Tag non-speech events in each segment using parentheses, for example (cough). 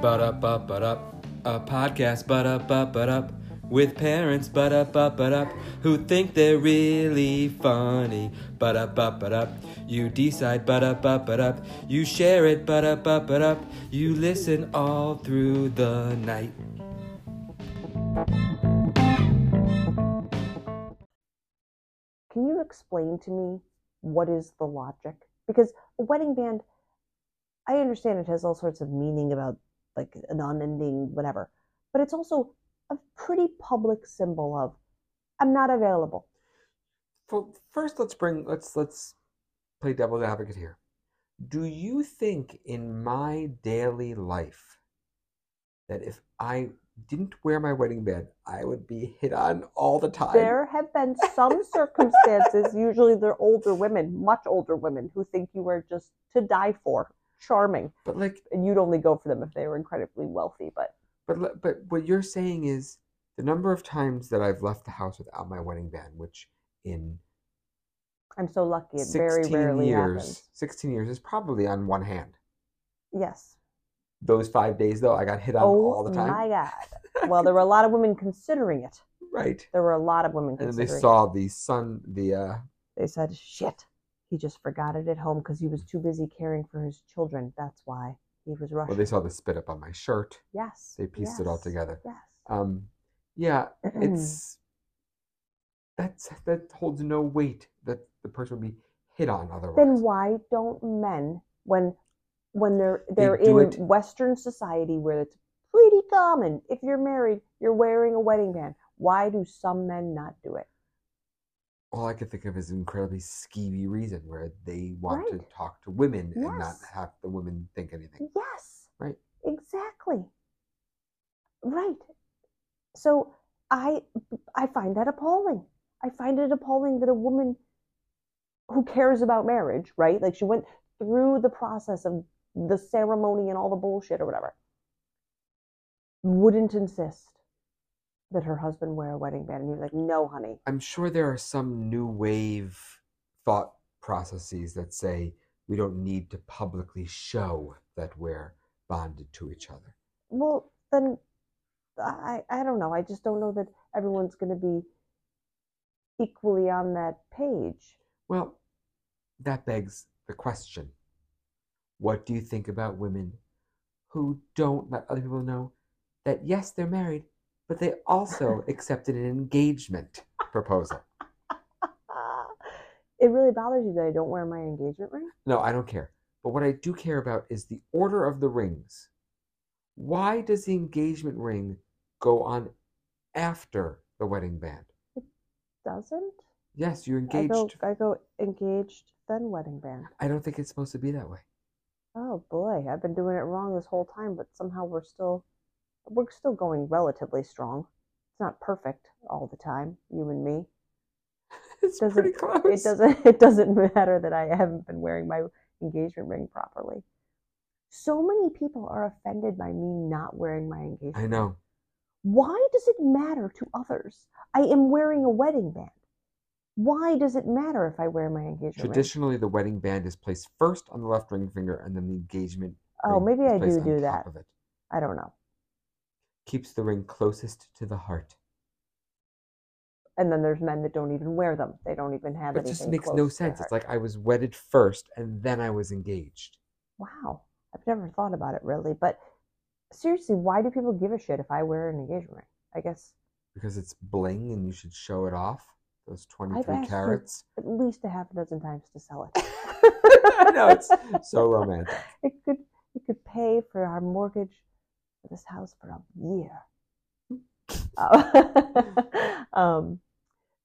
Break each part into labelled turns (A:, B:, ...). A: but up, but but up, a podcast, but up, but but up, with parents, but up, but but up, who think they're really funny, but up, but but up. You decide, but up, but but up. You share it, but up, but but up. You listen all through the night.
B: Can you explain to me what is the logic? Because a wedding band, I understand it has all sorts of meaning about like a non ending, whatever, but it's also a pretty public symbol of I'm not available.
C: Well, first let's bring let's let's play devil's advocate here. Do you think in my daily life that if I didn't wear my wedding band, I would be hit on all the time?
B: There have been some circumstances, usually they're older women, much older women, who think you are just to die for, charming.
C: But like
B: And you'd only go for them if they were incredibly wealthy, but
C: But le- but what you're saying is the number of times that I've left the house without my wedding band, which in
B: I'm so lucky it very
C: 16
B: rarely
C: years,
B: happens.
C: 16 years is probably on one hand.
B: Yes.
C: Those five days though, I got hit on
B: oh
C: all the time.
B: my god. Well, there were a lot of women considering it.
C: Right.
B: There were a lot of women
C: And then they
B: considering. it.
C: saw the sun, the uh,
B: They said, "Shit, he just forgot it at home because he was too busy caring for his children. That's why he was rushing."
C: well, they saw the spit up on my shirt.
B: yes.
C: They pieced it all
B: yes, Mm.
C: together.
B: Yes.
C: Um, yeah,
B: (clears throat)
C: it's that's that holds no weight that the person would be hit on otherwise.
B: then why don't men when when they're they're
C: do
B: in
C: it-
B: western society where it's pretty common if you're married you're wearing a wedding band why do some men not do it
C: all I could think of is an incredibly skeevy reason where they want to
B: Right.
C: talk to women and not
B: Yes. Mm.
C: have the women think anything.
B: Yes.
C: Right.
B: Exactly. Right. So I I find that appalling. I find it appalling that a woman who cares about marriage, right? Like she went through the process of the ceremony and all the bullshit or whatever, wouldn't insist that her husband wear a wedding band. And he was like, no, honey.
C: I'm sure there are some new wave thought processes that say we don't need to publicly show that we're bonded to each other.
B: Well, then I, I don't know. I just don't know that everyone's going to be equally on that page.
C: Well, that begs the question What do you think about women who don't let other people know that, yes, they're married, but they
B: (laughs)
C: also accepted an engagement proposal?
B: Ah, it really bothers you that I don't wear my engagement ring.
C: No, I don't care. But what I do care about is the order of the rings. Why does the engagement ring go on after the wedding band?
B: Doesn't
C: Yes, you're
B: I
C: engaged.
B: go? I go engaged, then wedding band.
C: I don't think it's supposed to be that way. (laughs)
B: Oh boy, I've been doing it wrong this whole time, but somehow we're still we're still going relatively strong. It's not perfect all the time, you and me.
C: It's
B: Doesn't-
C: pretty close.
B: It doesn't (laughs) it doesn't matter that I haven't been wearing my engagement ring properly. So many people are offended by me not wearing my engagement.
C: I know.
B: why does it matter to others? I am wearing a wedding band. Why does it matter if I wear my engagement ring?
C: Traditionally, the wedding band is placed first on the left ring finger, and then the engagement.
B: Oh,
C: ring
B: maybe
C: is
B: I
C: placed
B: do
C: on
B: do
C: top
B: that.
C: Of it.
B: I don't know.
C: Keeps the ring closest to the heart.
B: And then there's men that don't even wear them. They don't even have
C: It
B: anything.
C: just makes
B: close to
C: no
B: their
C: sense. It's
B: heart.
C: like I was wedded first, and then I was engaged.
B: wow, I've never thought about it really. But seriously, why do people give a shit if I wear an engagement ring? I guess
C: because it's bling and you should show it off. Those
B: asked
C: 23
B: you-
C: carats.
B: at least a half a dozen times to sell it.
C: (laughs) I know, it's so romantic.
B: (laughs) It could it could pay for our mortgage for this house for a year.
C: (laughs)
B: Uh, (laughs) um,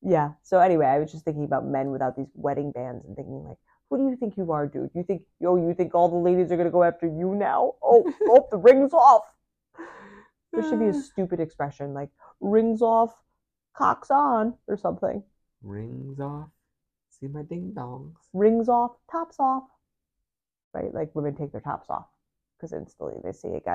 B: yeah. So anyway, I was just thinking about men without these wedding bands and thinking like, who do you think you are, dude? You think yo, you think all the ladies are gonna go after you now?
C: (laughs)
B: Oh, oh, the ring's off. There should be
C: (sighs)
B: a
C: Uh,
B: stupid expression like rings off, cocks on, or something.
C: Rings off. See my ding dongs.
B: rings off, tops off, right? Like women take their tops off because instantly they see a guy